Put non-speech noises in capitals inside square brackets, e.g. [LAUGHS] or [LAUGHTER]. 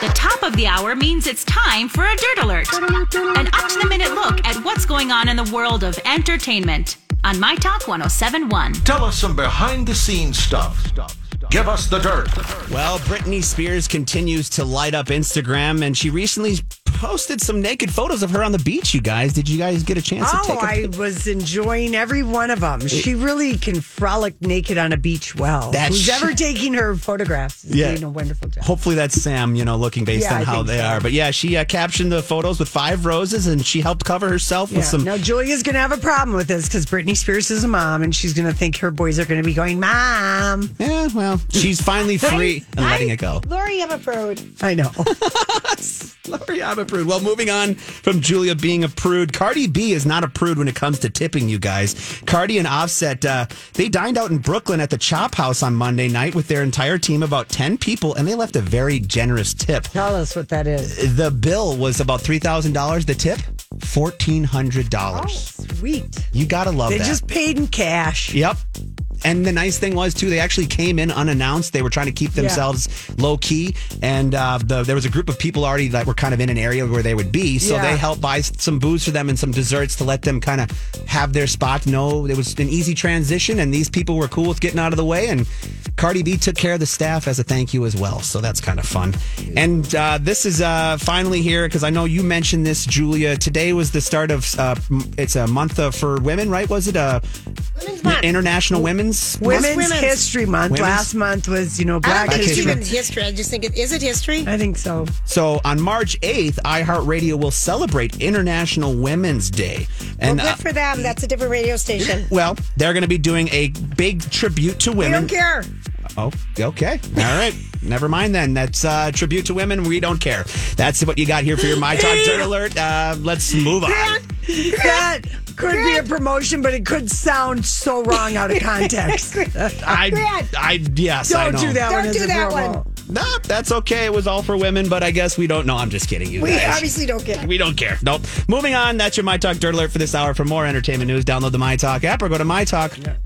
The top of the hour means it's time for a Dirt Alert, an up to the minute look at what's going on in the world of entertainment on My Talk 1071. Tell us some behind the scenes stuff. Give us the dirt. Well, Britney Spears continues to light up Instagram, and she recently posted some naked photos of her on the beach. You guys, did you guys get a chance to take? Oh, a I was enjoying every one of them. She really can frolic naked on a beach well. That's- Who's ever taking her photographs is Yeah. doing a wonderful job. Hopefully that's Sam, you know, looking based Yeah, on I how think they so. are. But yeah, she uh, captioned the photos with five roses, and she helped cover herself Yeah. with some. now Julia's gonna have a problem with this because Britney Spears is a mom, and she's gonna think her boys are gonna be going, "Mom, Yeah, well, she's [LAUGHS] finally free and letting I- it go. Lori, I'm a prude." [LAUGHS] I know. Sorry, I'm a prude. Well, moving on from Julia being a prude, Cardi B is not a prude when it comes to tipping, you guys. Cardi and Offset, uh, they dined out in Brooklyn at the Chop House on Monday night with their entire team, about 10 people, and they left a very generous tip. Tell us what that is. The bill was about $3,000. The tip, $1,400. Sweet. You gotta love Oh. They that. just paid in cash. Yep. And the nice thing was too, they actually came in unannounced. They were trying to keep themselves low key, and uh, the, there was a group of people already that were kind of in an area where they would be. So Yeah. they helped buy s- some booze for them and some desserts to let them kind of have their spot. No, it was an easy transition, and these people were cool with getting out of the way. And Cardi B took care of the staff as a thank you as well. So that's kind of fun. And uh, this is uh, finally here because I know you mentioned this, Julia. Today was the start of uh, m- it's a month uh, for women, right? Was it uh, a International Women's Women's, Month? History Month. Women's- Last month was, you know, Black I don't think it's History. even history. I just think it is it history. I think so. So on March 8th, iHeartRadio will celebrate International Women's Day. And Well, uh, good for them. That's a different radio station. [LAUGHS] well, they're going to be doing a big tribute to I women. don't care. Oh, okay. All right. Never mind then. That's uh, tribute to women. We don't care. That's what you got here for your My Talk Dirt Alert. Uh, let's move on. [LAUGHS] That could be a promotion, but it could sound so wrong [LAUGHS] out of context. I, oh, Grant. I, yes, I Don't know. do that one. Don't as do a that promo. one. Nah, that's okay. It was all for women, but I guess we don't know. I'm just kidding you We guys. obviously don't get it. [LAUGHS] We don't care. Nope. Moving on. That's your My Talk Dirt Alert for this hour. For more entertainment news, download the My Talk app or go to MyTalk.com.